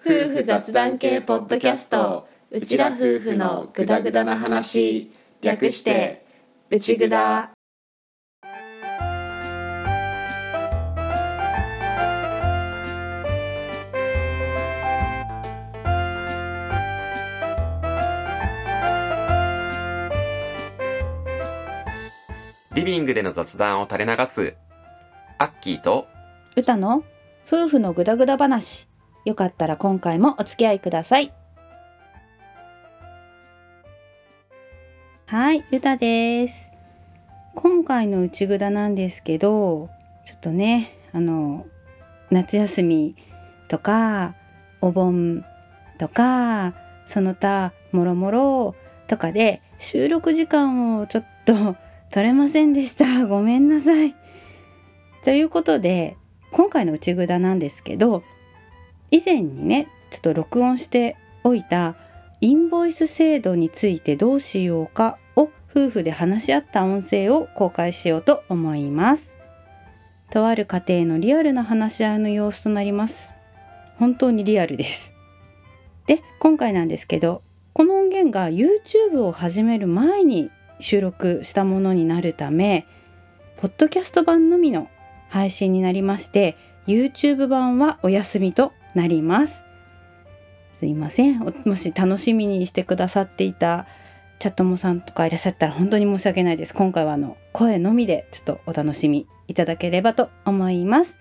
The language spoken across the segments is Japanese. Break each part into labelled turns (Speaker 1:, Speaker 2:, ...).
Speaker 1: 夫婦雑談系ポッドキャストうちら夫婦のグダグダな話略してうちぐだ
Speaker 2: リビングでの雑談を垂れ流すアッキーと
Speaker 3: 歌の夫婦のグダグダ話よかったら今回もお付き合いくださいはい歌です今回の内ぐだなんですけどちょっとねあの夏休みとかお盆とかその他もろもろとかで収録時間をちょっと取れませんでしたごめんなさいということで今回の内ぐだなんですけど以前にねちょっと録音しておいたインボイス制度についてどうしようかを夫婦で話し合った音声を公開しようと思いますとある家庭のリアルな話し合いの様子となります本当にリアルですで今回なんですけどこの音源が YouTube を始める前に収録したものになるためポッドキャスト版のみの配信になりまして YouTube 版はお休みとなりますすいませんおもし楽しみにしてくださっていたチャットモさんとかいらっしゃったら本当に申し訳ないです今回はあの声のみでちょっとお楽しみいただければと思います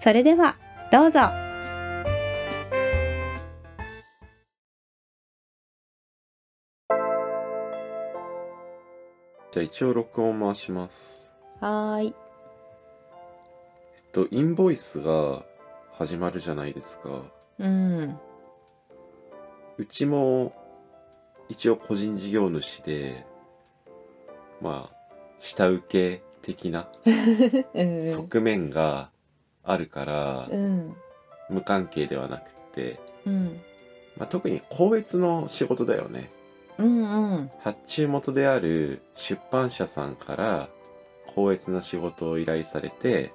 Speaker 3: それではどうぞ
Speaker 2: じゃあ一応録音回します
Speaker 3: はい
Speaker 2: えっとインボイスが始まるじゃないですか
Speaker 1: うん
Speaker 2: うちも一応個人事業主でまあ下請け的な
Speaker 1: うん
Speaker 2: 側面があるから、
Speaker 1: うん
Speaker 2: 無関係ではなくて、
Speaker 1: うん
Speaker 2: まあ、特に公越の仕事だよね
Speaker 1: うんうん
Speaker 2: 発注元である出版社さんから公越の仕事を依頼されて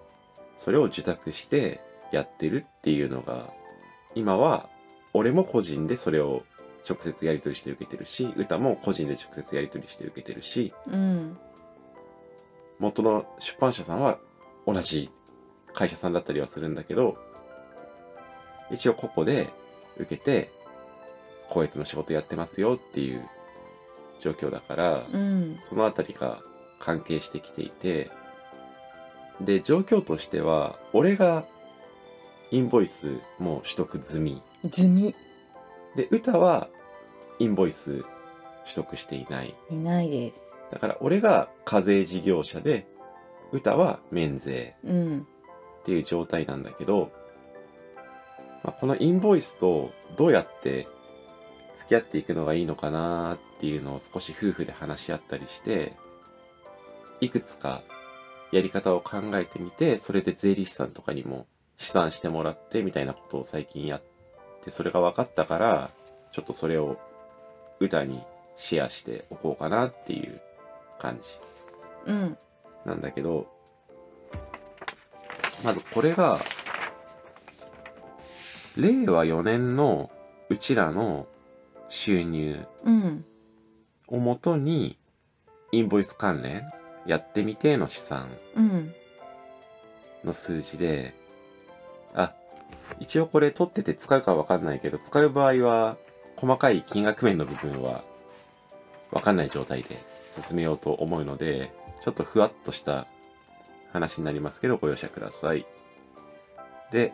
Speaker 2: それを受託してやってるっていうのが今は俺も個人でそれを直接やり取りして受けてるし歌も個人で直接やり取りして受けてるし
Speaker 1: うん
Speaker 2: 元の出版社さんは同じ会社さんだったりはするんだけど一応ここで受けて公越の仕事やってますよっていう状況だから、
Speaker 1: うん
Speaker 2: そのあたりが関係してきていてで状況としては俺がインボイスもう取得済み
Speaker 1: 地味
Speaker 2: で歌はインボイス取得していない
Speaker 1: いないです
Speaker 2: だから俺が課税事業者で歌は免税
Speaker 1: うん
Speaker 2: っていう状態なんだけど、まあ、このインボイスとどうやって付き合っていくのがいいのかなっていうのを少し夫婦で話し合ったりしていくつかやり方を考えてみてそれで税理士さんとかにも試算してもらってみたいなことを最近やってそれが分かったからちょっとそれを歌にシェアしておこうかなっていう感じ
Speaker 1: うん
Speaker 2: なんだけど、まずこれが、令和4年のうちらの収入
Speaker 1: うん
Speaker 2: をもとに、インボイス関連やってみての試算
Speaker 1: うん
Speaker 2: の数字で、あ、一応これ取ってて使うかわかんないけど、使う場合は、細かい金額面の部分は、わかんない状態で進めようと思うので、ちょっとふわっとした話になりますけど、ご容赦ください。で、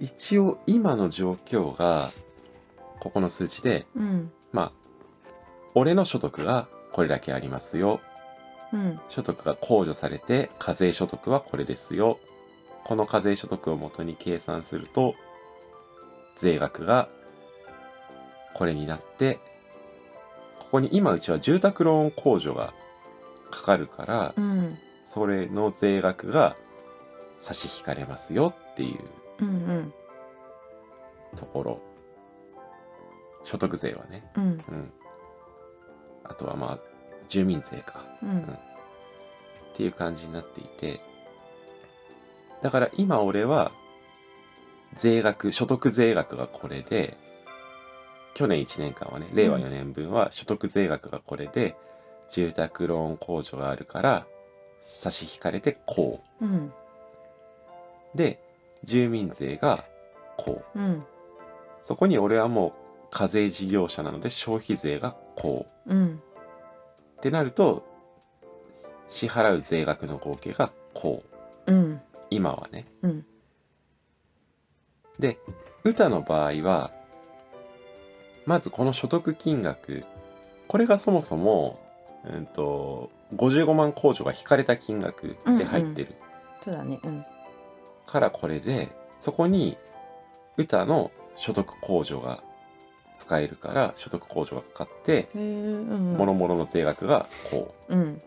Speaker 2: 一応今の状況が、ここの数値で、
Speaker 1: うん
Speaker 2: まあ、俺の所得がこれだけありますよ。
Speaker 1: うん
Speaker 2: 所得が控除されて課税所得はこれですよこの課税所得をもとに計算すると税額がこれになってここに今うちは住宅ローン控除がかかるから
Speaker 1: うん
Speaker 2: それの税額が差し引かれますよっていう
Speaker 1: うんうん
Speaker 2: ところ所得税はね
Speaker 1: うん
Speaker 2: うんあとはまあ住民税か
Speaker 1: うん
Speaker 2: っていう感じになっていてだから今俺は税額所得税額がこれで去年1年間はね令和4年分は所得税額がこれで、住宅ローン控除があるから差し引かれてこ
Speaker 1: うん
Speaker 2: うで住民税がこう
Speaker 1: うん
Speaker 2: そこに俺はもう課税事業者なので消費税がこう
Speaker 1: うん
Speaker 2: ってなると支払う税額の合計がこう
Speaker 1: うん
Speaker 2: 今はね
Speaker 1: うん
Speaker 2: で歌の場合はまずこの所得金額これがそもそも、うん、と55万控除が引かれた金額で入ってる
Speaker 1: そうだねうん
Speaker 2: からこれでそこに歌の所得控除が使えるから所得控除がかかって
Speaker 1: へえうん
Speaker 2: 諸々の税額がこ
Speaker 1: うん
Speaker 2: う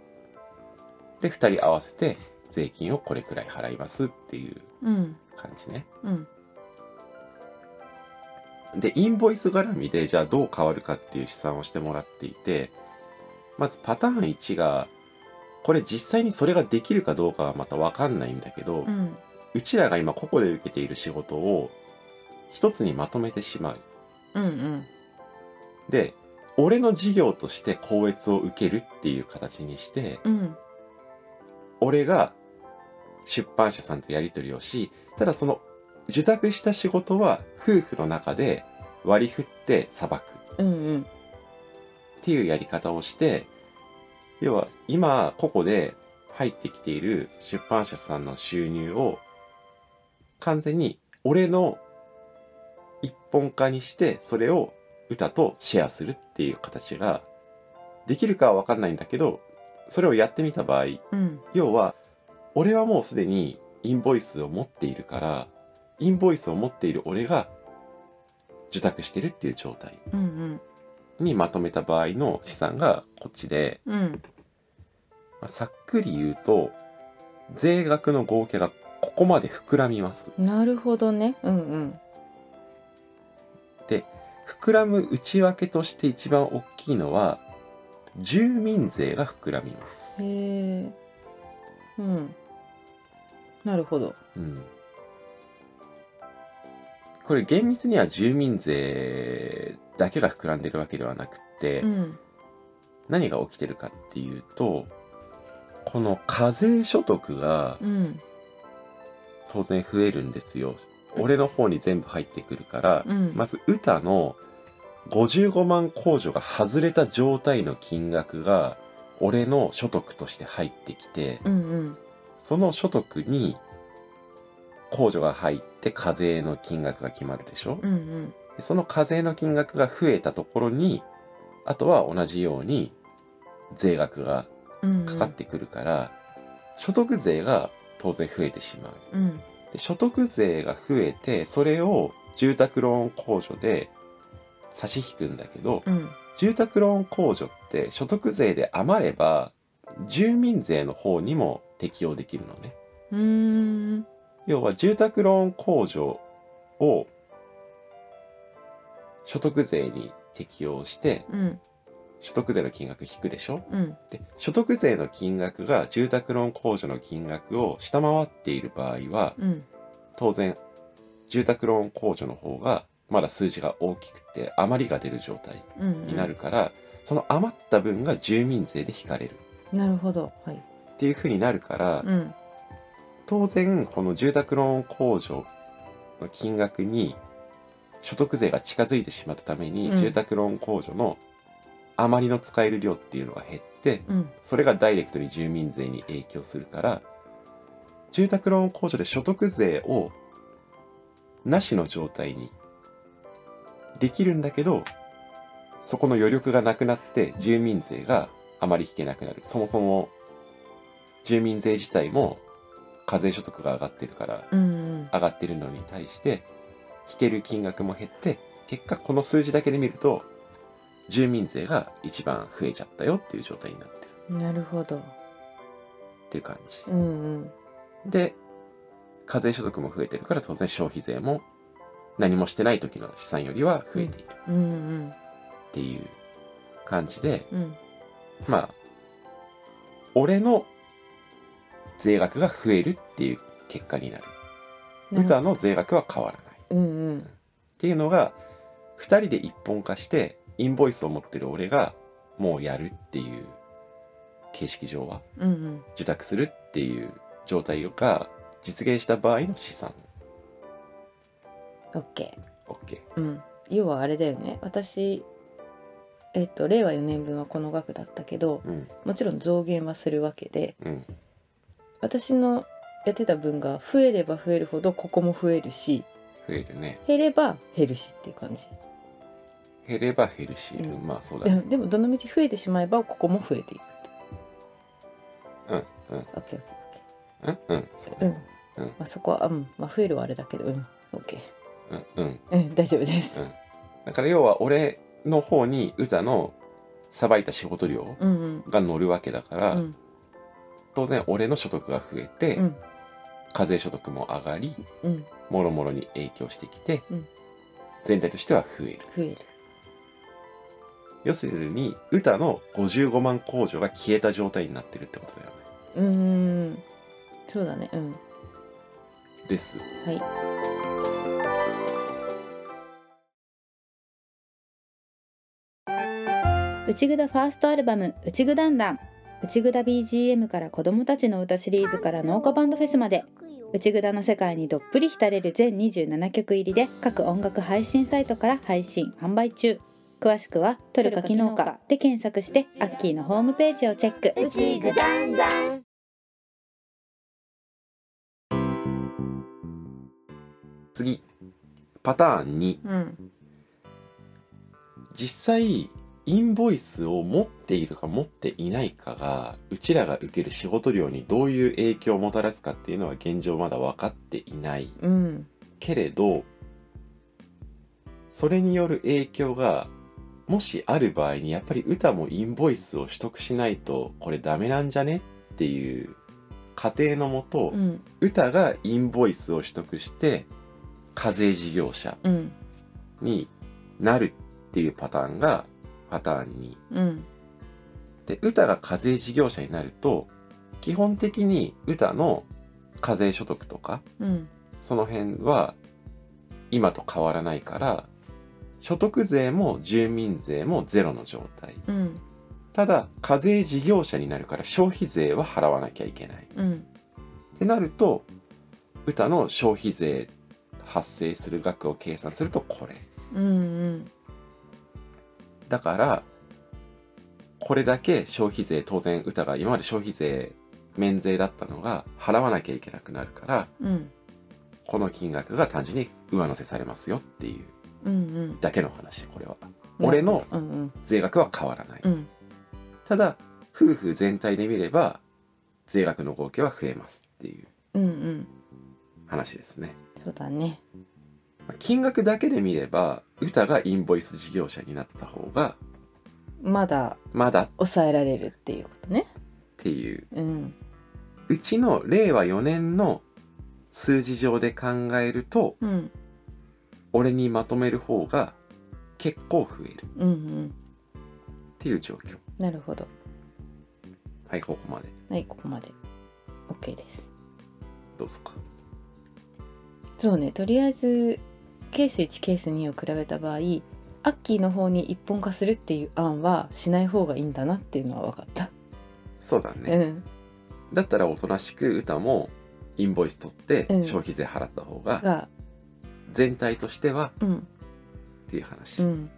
Speaker 2: で2人合わせて税金をこれくらい払いますっていう
Speaker 1: うん
Speaker 2: 感じね。
Speaker 1: うん
Speaker 2: でインボイス絡みでじゃあどう変わるかっていう試算をしてもらっていてまずパターン1がこれ実際にそれができるかどうかはまた分かんないんだけど、う
Speaker 1: うん
Speaker 2: ちらが今ここで受けている仕事を一つにまとめてしまう
Speaker 1: うんうん
Speaker 2: で俺の事業として校閲を受けるっていう形にして
Speaker 1: うん
Speaker 2: 俺が出版社さんとやり取りをしただその受託した仕事は夫婦の中で割り振って裁く
Speaker 1: うんうん
Speaker 2: っていうやり方をして要は今ここで入ってきている出版社さんの収入を完全に俺の一本化にしてそれを歌とシェアするっていう形ができるかは分かんないんだけどそれをやってみた場合
Speaker 1: うん
Speaker 2: 要は俺はもうすでにインボイスを持っているからインボイスを持っている俺が受託してるっていう状態
Speaker 1: うんうん
Speaker 2: にまとめた場合の資産がこっちで、
Speaker 1: うん
Speaker 2: まあさっくり言うと税額の合計がここまで膨らみます
Speaker 1: なるほどねうんうん
Speaker 2: 膨らむ内訳として一番大きいのは住民税が膨らみます、
Speaker 1: へえうんなるほど
Speaker 2: うん、これ厳密には住民税だけが膨らんでるわけではなくて、
Speaker 1: うん
Speaker 2: 何が起きてるかっていうとこの課税所得が
Speaker 1: うん
Speaker 2: 当然増えるんですよ。
Speaker 1: うん
Speaker 2: 俺の方に全部入ってくるから、
Speaker 1: うん
Speaker 2: まず歌の55万控除が外れた状態の金額が俺の所得として入ってきて、
Speaker 1: うんうん
Speaker 2: その所得に控除が入って課税の金額が決まるでしょ、
Speaker 1: うんうん
Speaker 2: でその課税の金額が増えたところにあとは同じように税額が
Speaker 1: うん
Speaker 2: かかってくるから、所得税が当然増えてしまう。
Speaker 1: うん
Speaker 2: で所得税が増えてそれを住宅ローン控除で差し引くんだけど、
Speaker 1: うん
Speaker 2: 住宅ローン控除って所得税で余れば住民税の方にも適用できるのね
Speaker 1: うーん
Speaker 2: 要は住宅ローン控除を所得税に適用して
Speaker 1: うん
Speaker 2: 所得税の金額引くでしょ
Speaker 1: うん
Speaker 2: で所得税の金額が住宅ローン控除の金額を下回っている場合は
Speaker 1: うん
Speaker 2: 当然住宅ローン控除の方がまだ数字が大きくて余りが出る状態
Speaker 1: うん
Speaker 2: になるから、その余った分が住民税で引かれる
Speaker 1: なるほどはい
Speaker 2: っていう風になるから、
Speaker 1: うん
Speaker 2: 当然この住宅ローン控除の金額に所得税が近づいてしまったために、
Speaker 1: うん
Speaker 2: 住宅ローン控除の余りの使える量っていうのが減って
Speaker 1: うん
Speaker 2: それがダイレクトに住民税に影響するから住宅ローン控除で所得税をなしの状態にできるんだけどそこの余力がなくなって住民税があまり引けなくなるそもそも住民税自体も課税所得が上がってるから
Speaker 1: うん
Speaker 2: 上がってるのに対して引ける金額も減って結果この数字だけで見ると住民税が一番増えちゃったよっていう状態になってる。
Speaker 1: うんなるほど
Speaker 2: っていう感じ
Speaker 1: うんうん
Speaker 2: で課税所得も増えてるから当然消費税も何もしてない時の資産よりは増えている
Speaker 1: うんうん
Speaker 2: っていう感じで、
Speaker 1: うん
Speaker 2: まあ俺の税額が増えるっていう結果になる
Speaker 1: なる
Speaker 2: 歌の税額は変わらない
Speaker 1: うんうん
Speaker 2: っていうのが2人で一本化してインボイスを持ってる俺がもうやるっていう形式上は
Speaker 1: うんうん
Speaker 2: 受託するっていう状態が実現した場合の資産
Speaker 1: OK
Speaker 2: OK
Speaker 1: うん、要はあれだよね私、えっと、令和4年分はこの額だったけど
Speaker 2: うん
Speaker 1: もちろん増減はするわけで
Speaker 2: うん
Speaker 1: 私のやってた分が増えれば増えるほどここも増えるし
Speaker 2: 増えるね
Speaker 1: 減れば減るしっていう感じ、
Speaker 2: 減れば減るし、
Speaker 1: うん
Speaker 2: まあそうだ
Speaker 1: で
Speaker 2: ね
Speaker 1: もでもどのみち増えてしまえばここも増えていく
Speaker 2: うんうん
Speaker 1: と OKOKOK、
Speaker 2: うんうんそう
Speaker 1: う
Speaker 2: ね
Speaker 1: んまあ、そこは、うんまあ、増えるはあれだけどうん OK
Speaker 2: うんうん
Speaker 1: うん大丈夫です、
Speaker 2: だから要は俺の方に歌のさばいた仕事量
Speaker 1: うん、うん
Speaker 2: が乗るわけだから、
Speaker 1: うん
Speaker 2: 当然俺の所得が増えて、
Speaker 1: うん
Speaker 2: 課税所得も上がり
Speaker 1: うん
Speaker 2: もろもろに影響してきて、
Speaker 1: うん
Speaker 2: 全体としては増える
Speaker 1: 増える
Speaker 2: 要するに歌の55万控除が消えた状態になってるってことだよね
Speaker 1: うーんそうだねうん
Speaker 2: です
Speaker 1: はい
Speaker 3: 内ぐだファーストアルバム「内ぐだんだん」内ぐだ BGM から子どもたちの歌シリーズから農家バンドフェスまで内ぐだの世界にどっぷり浸れる全27曲入りで各音楽配信サイトから配信販売中詳しくは「トルカ機能か」で検索してアッキーのホームページをチェック
Speaker 4: ちぐだんだん。
Speaker 2: 次パターン2
Speaker 1: うん
Speaker 2: 実際インボイスを持っているか持っていないかがうちらが受ける仕事量にどういう影響をもたらすかっていうのは現状まだ分かっていない
Speaker 1: うん
Speaker 2: けれどそれによる影響がもしある場合にやっぱり歌もインボイスを取得しないとこれダメなんじゃねっていう過程のもと、
Speaker 1: うん
Speaker 2: 歌がインボイスを取得して課税事業者
Speaker 1: うん
Speaker 2: になるっていうパターンがパターンに
Speaker 1: うん
Speaker 2: で歌が課税事業者になると基本的に歌の課税所得とか
Speaker 1: うん
Speaker 2: その辺は今と変わらないから所得税も住民税もゼロの状態
Speaker 1: うん
Speaker 2: ただ課税事業者になるから消費税は払わなきゃいけない
Speaker 1: うん
Speaker 2: ってなると歌の消費税発生する額を計算するとこれ
Speaker 1: うん
Speaker 2: だからこれだけ消費税当然歌が今まで消費税免税だったのが払わなきゃいけなくなるから
Speaker 1: うんうん
Speaker 2: この金額が単純に上乗せされますよってい
Speaker 1: う
Speaker 2: う
Speaker 1: ん
Speaker 2: だけの話これは
Speaker 1: うん
Speaker 2: 俺の
Speaker 1: うんうん
Speaker 2: 税額は変わらない
Speaker 1: うん
Speaker 2: ただ夫婦全体で見れば税額の合計は増えますっていう
Speaker 1: うんうん
Speaker 2: 話ですね
Speaker 1: そうだね
Speaker 2: 金額だけで見れば歌がインボイス事業者になった方が
Speaker 1: まだ
Speaker 2: まだっ
Speaker 1: 抑えられるっていうことね
Speaker 2: ていう
Speaker 1: うん
Speaker 2: うちの令和4年の数字上で考えると
Speaker 1: うん
Speaker 2: 俺にまとめる方が結構増えるっ
Speaker 1: うんうん
Speaker 2: ていう状況
Speaker 1: なるほど
Speaker 2: はいここまで
Speaker 1: はいここまで OK です
Speaker 2: どうぞか
Speaker 1: そうねとりあえずケース1ケース2を比べた場合アッキーの方に一本化するっていう案はしない方がいいんだなっていうのは分かった、
Speaker 2: そうだね
Speaker 1: うん
Speaker 2: だったらおとなしく歌もインボイス取って
Speaker 1: うん
Speaker 2: 消費税払った方が
Speaker 1: が
Speaker 2: 全体としては
Speaker 1: うん
Speaker 2: っていう話、
Speaker 1: うん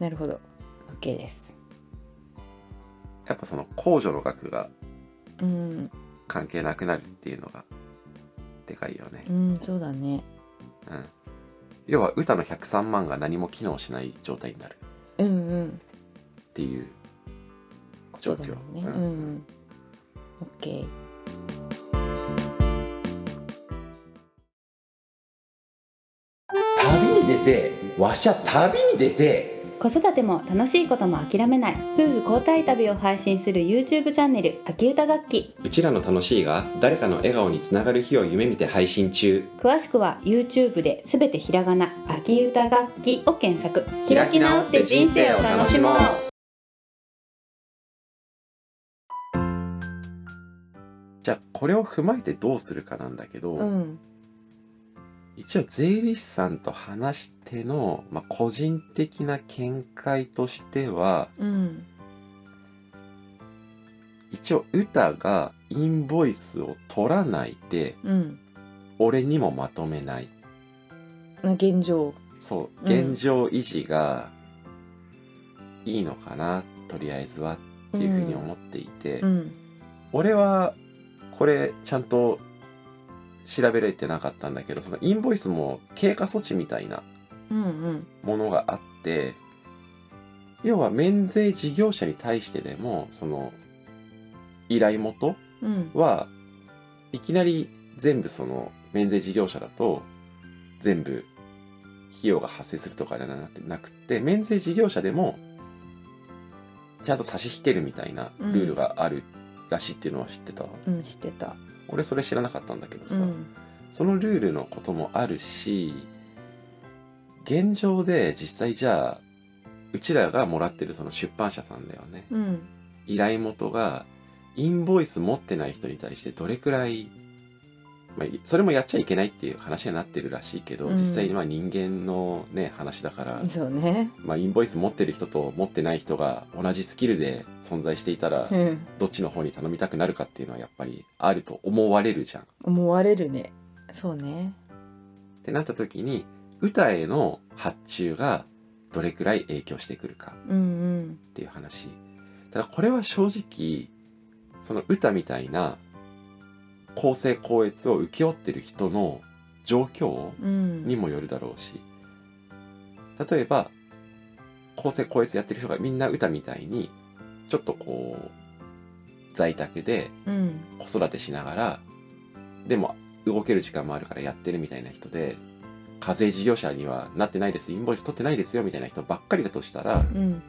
Speaker 1: なるほど OK です
Speaker 2: やっぱその控除の額が
Speaker 1: うん
Speaker 2: 関係なくなるっていうのがでかいよね
Speaker 1: う、んそうだね
Speaker 2: うん、要は歌の103万が何も機能しない状態になる
Speaker 1: うんうん
Speaker 2: っていう
Speaker 1: ことだもんね
Speaker 2: 状
Speaker 1: うん、
Speaker 2: 況
Speaker 1: うん、OK
Speaker 2: 旅に出てわしゃ旅に出て
Speaker 3: 子育ても楽しいことも諦めない夫婦交代旅を配信する YouTube チャンネル「秋歌楽器」
Speaker 2: うちらの楽しいが誰かの笑顔につながる日を夢見て配信中
Speaker 3: 詳しくは YouTube で「すべてひらがな秋歌楽器」を検索
Speaker 2: 開き直って人生を楽しもうじゃあこれを踏まえてどうするかなんだけど、
Speaker 1: うん
Speaker 2: 一応税理士さんと話しての、まあ、個人的な見解としては
Speaker 1: うん
Speaker 2: 一応歌がインボイスを取らないで
Speaker 1: うん
Speaker 2: 俺にもまとめない
Speaker 1: 現状
Speaker 2: そう
Speaker 1: うん
Speaker 2: 現状維持がいいのかな、とりあえずはっていうふうに思っていて、
Speaker 1: うん
Speaker 2: 俺はこれちゃんと調べれてなかったんだけどそのインボイスも経過措置みたいな
Speaker 1: うんうん
Speaker 2: ものがあって要は免税事業者に対してでもその依頼元
Speaker 1: うん
Speaker 2: はいきなり全部その免税事業者だと全部費用が発生するとかじゃなくなくて免税事業者でもちゃんと差し引けるみたいなルールがあるらしいっていうのは知ってた、
Speaker 1: うん知ってた
Speaker 2: 俺それ知らなかったんだけどさ、
Speaker 1: うん
Speaker 2: そのルールのこともあるし現状で実際じゃあうちらがもらってるその出版社さんだよね
Speaker 1: うん
Speaker 2: 依頼元がインボイス持ってない人に対してどれくらい、まあ、いそれもやっちゃいけないっていう話になってるらしいけど、
Speaker 1: うん
Speaker 2: 実際にまあ人間のね話だから、
Speaker 1: そうね
Speaker 2: まあ、インボイス持ってる人と持ってない人が同じスキルで存在していたら、
Speaker 1: うん
Speaker 2: どっちの方に頼みたくなるかっていうのはやっぱりあると思われるじゃん。
Speaker 1: 思われるねそうね
Speaker 2: ってなった時に歌への発注がどれくらい影響してくるか
Speaker 1: うん
Speaker 2: っていう話ただこれは正直その歌みたいな公正高越を請け負ってる人の状況
Speaker 1: うんうん
Speaker 2: にもよるだろうし例えば公正高越やってる人がみんな歌みたいにちょっとこう在宅で
Speaker 1: うん
Speaker 2: 子育てしながらでも動ける時間もあるからやってるみたいな人で課税事業者にはなってないですインボイス取ってないですよみたいな人ばっかりだとしたら
Speaker 1: うん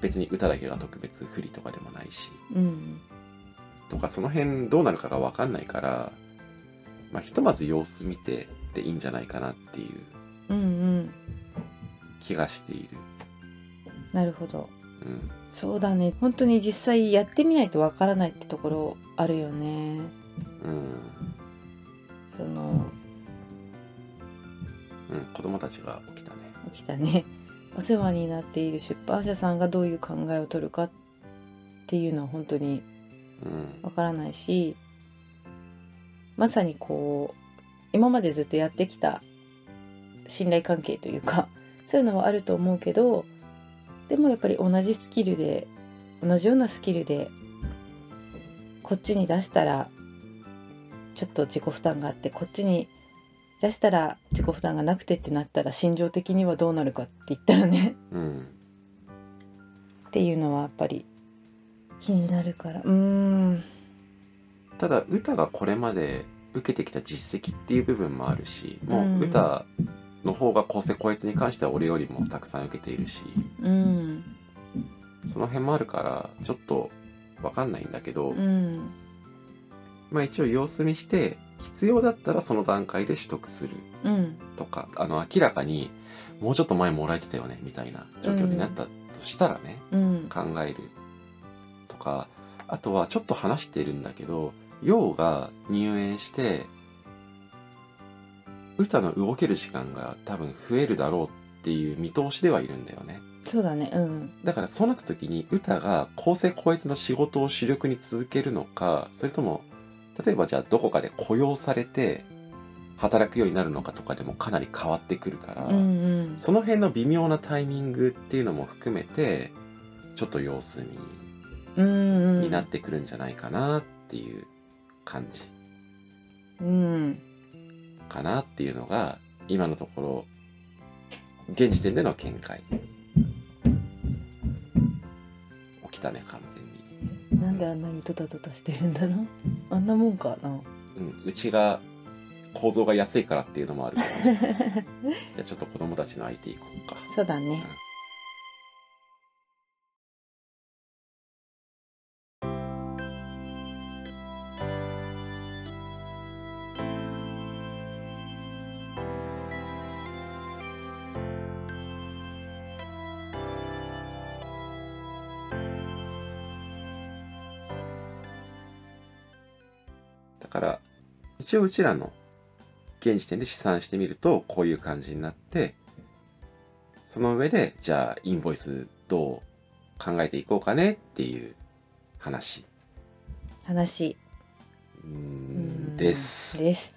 Speaker 2: 別に歌だけが特別不利とかでもないし
Speaker 1: うん
Speaker 2: とかその辺どうなるかが分かんないから、まあ、ひとまず様子見てでいいんじゃないかなってい
Speaker 1: う
Speaker 2: う
Speaker 1: んうん
Speaker 2: 気がしている。
Speaker 1: なるほど
Speaker 2: うん、
Speaker 1: そうだね本当に実際やってみないとわからないってところあるよね
Speaker 2: うん
Speaker 1: その
Speaker 2: うん、子供たちが起きたね。
Speaker 1: 起きたねお世話になっている出版社さんがどういう考えを取るかっていうのは本当に
Speaker 2: うん
Speaker 1: わからないしまさにこう今までずっとやってきた信頼関係というかそういうのはあると思うけどでもやっぱり同じスキルで同じようなスキルでこっちに出したらちょっと自己負担があってこっちに出したら自己負担がなくてってなったら心情的にはどうなるかって言ったらね
Speaker 2: うん
Speaker 1: っていうのはやっぱり気になるからうーん
Speaker 2: ただ歌がこれまで受けてきた実績っていう部分もあるしも
Speaker 1: ん
Speaker 2: う歌の方が構成こいつに関しては俺よりもたくさん受けているし
Speaker 1: うん
Speaker 2: その辺もあるからちょっと分かんないんだけど、
Speaker 1: うん
Speaker 2: まあ一応様子見して必要だったらその段階で取得する
Speaker 1: うん
Speaker 2: とかあの明らかにもうちょっと前もらえてたよねみたいな状況になったとしたらね、
Speaker 1: うん
Speaker 2: 考えるとかあとはちょっと話してるんだけど陽が入園して歌の動ける時間が多分増えるだろうっていう見通しではいるんだよね
Speaker 1: そうだねうん
Speaker 2: だからそうなった時に歌が公正高越の仕事を主力に続けるのかそれとも例えばじゃあどこかで雇用されて働くようになるのかとかでもかなり変わってくるから、
Speaker 1: うんうん
Speaker 2: その辺の微妙なタイミングっていうのも含めてちょっと様子見
Speaker 1: うんう
Speaker 2: になんってくるんじゃないかなっていう感じ
Speaker 1: うん
Speaker 2: かなっていうのが今のところ現時点での見解起きたね完
Speaker 1: なんであんなにドタドタしてるんだろう あんなもんかな
Speaker 2: 全に、うん、うちが構造が安いからっていうのもあるから、 ね、じゃあちょっと子供たちの相手行こうか
Speaker 1: そうだね
Speaker 2: だから一応うちらの現時点で試算してみるとこういう感じになってその上でじゃあインボイスどう考えていこうかねっていう話
Speaker 1: 話
Speaker 2: うー
Speaker 1: うんん
Speaker 2: です。
Speaker 1: です。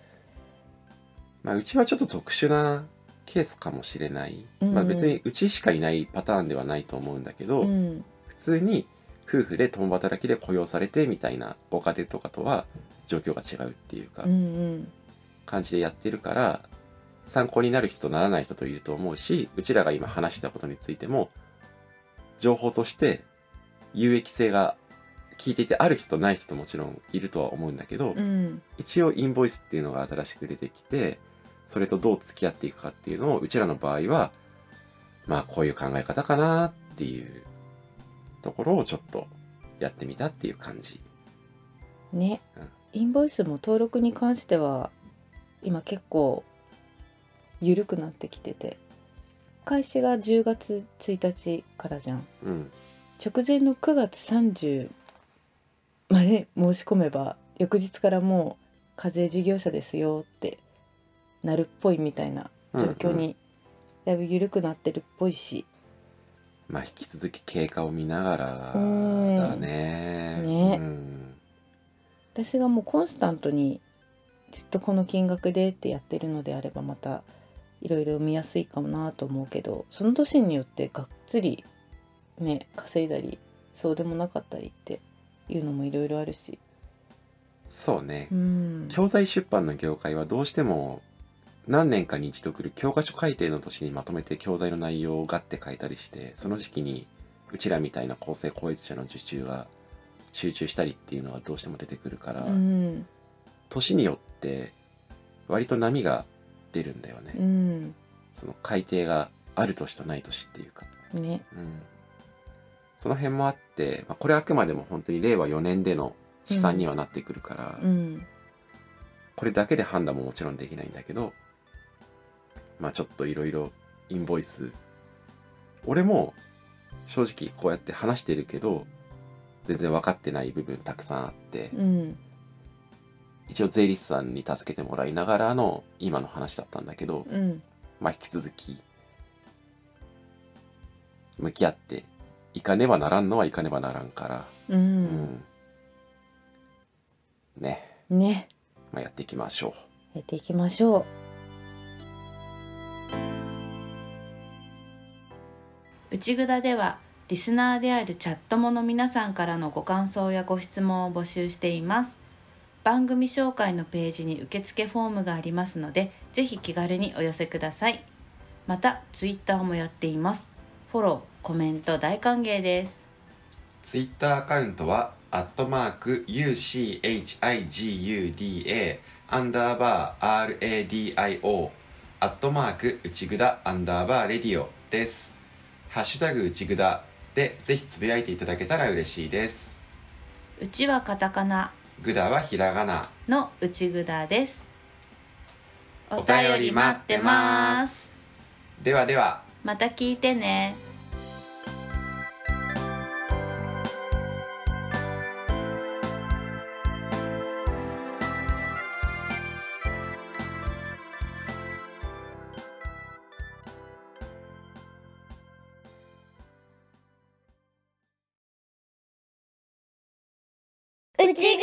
Speaker 2: まあ、うちはちょっと特殊なケースかもしれない、
Speaker 1: うん
Speaker 2: まあ、別にうちしかいないパターンではないと思うんだけど、
Speaker 1: うん
Speaker 2: 普通に夫婦で共働きで雇用されてみたいなご家庭とかとは状況が違うっていうか
Speaker 1: うんうん
Speaker 2: 感じでやってるから参考になる人とならない人といると思うしうちらが今話したことについても情報として有益性が聞いていてある人とない人ともちろんいるとは思うんだけど、
Speaker 1: うん
Speaker 2: 一応インボイスっていうのが新しく出てきてそれとどう付き合っていくかっていうのをうちらの場合はまあこういう考え方かなっていうところをちょっとやってみたっていう感じ
Speaker 1: ね
Speaker 2: うん、
Speaker 1: インボイスも登録に関しては今結構緩くなってきてて開始が10月1日からじゃん
Speaker 2: うん
Speaker 1: 直前の9月30まで申し込めば翌日からもう課税事業者ですよってなるっぽいみたいな状況
Speaker 2: うんうん
Speaker 1: にだいぶ緩くなってるっぽいし、
Speaker 2: まあ引き続き経過を見ながら
Speaker 1: うん
Speaker 2: だね
Speaker 1: ね
Speaker 2: うん
Speaker 1: 私がもうコンスタントにずっとこの金額でってやってるのであればまたいろいろ見やすいかもなと思うけどその年によってがっつりね稼いだりそうでもなかったりっていうのもいろいろあるし。
Speaker 2: そうね
Speaker 1: うん
Speaker 2: 教材出版の業界はどうしても何年かに一度来る教科書改定の年にまとめて教材の内容をガッて変えたりしてその時期にうちらみたいな構成高越者の受注が集中したりっていうのはどうしても出てくるから、
Speaker 1: うん
Speaker 2: 年によって割と波が出るんだよね、
Speaker 1: うん
Speaker 2: その改定がある年とない年っていうか、
Speaker 1: ね
Speaker 2: うん、その辺もあって、まあこれはあくまでも本当に令和4年での試算にはなってくるから、
Speaker 1: うん
Speaker 2: これだけで判断ももちろんできないんだけどまあちょっといろいろインボイス俺も正直こうやって話してるけど全然分かってない部分たくさんあって、
Speaker 1: うん
Speaker 2: 一応税理士さんに助けてもらいながらの今の話だったんだけど、
Speaker 1: うん
Speaker 2: まあ引き続き向き合っていかねばならんのはいかねばならんから、
Speaker 1: う、
Speaker 2: うんね、
Speaker 1: ね
Speaker 2: まあ、やっていきましょう。
Speaker 1: やっていきましょう
Speaker 4: 内ぐだではリスナーであるチャットもの皆さんからのご感想やご質問を募集しています番組紹介のページに受付フォームがありますのでぜひ気軽にお寄せくださいまたツイッターもやっていますフォローコメント大歓迎です
Speaker 5: ツイッターアカウントは、アットマーク UCHIGUDA アンダーバー RADIO アットマーク内ぐだアンダーバーレディオです。ハッシュタグ内ぐだでぜひつぶやいていただけたら嬉しいです。
Speaker 4: うちはカタカナ
Speaker 5: ぐだはひらがな。
Speaker 4: の内ぐだですお
Speaker 5: お便り待ってます。ではでは。
Speaker 4: また聞いてね
Speaker 6: うちぐだ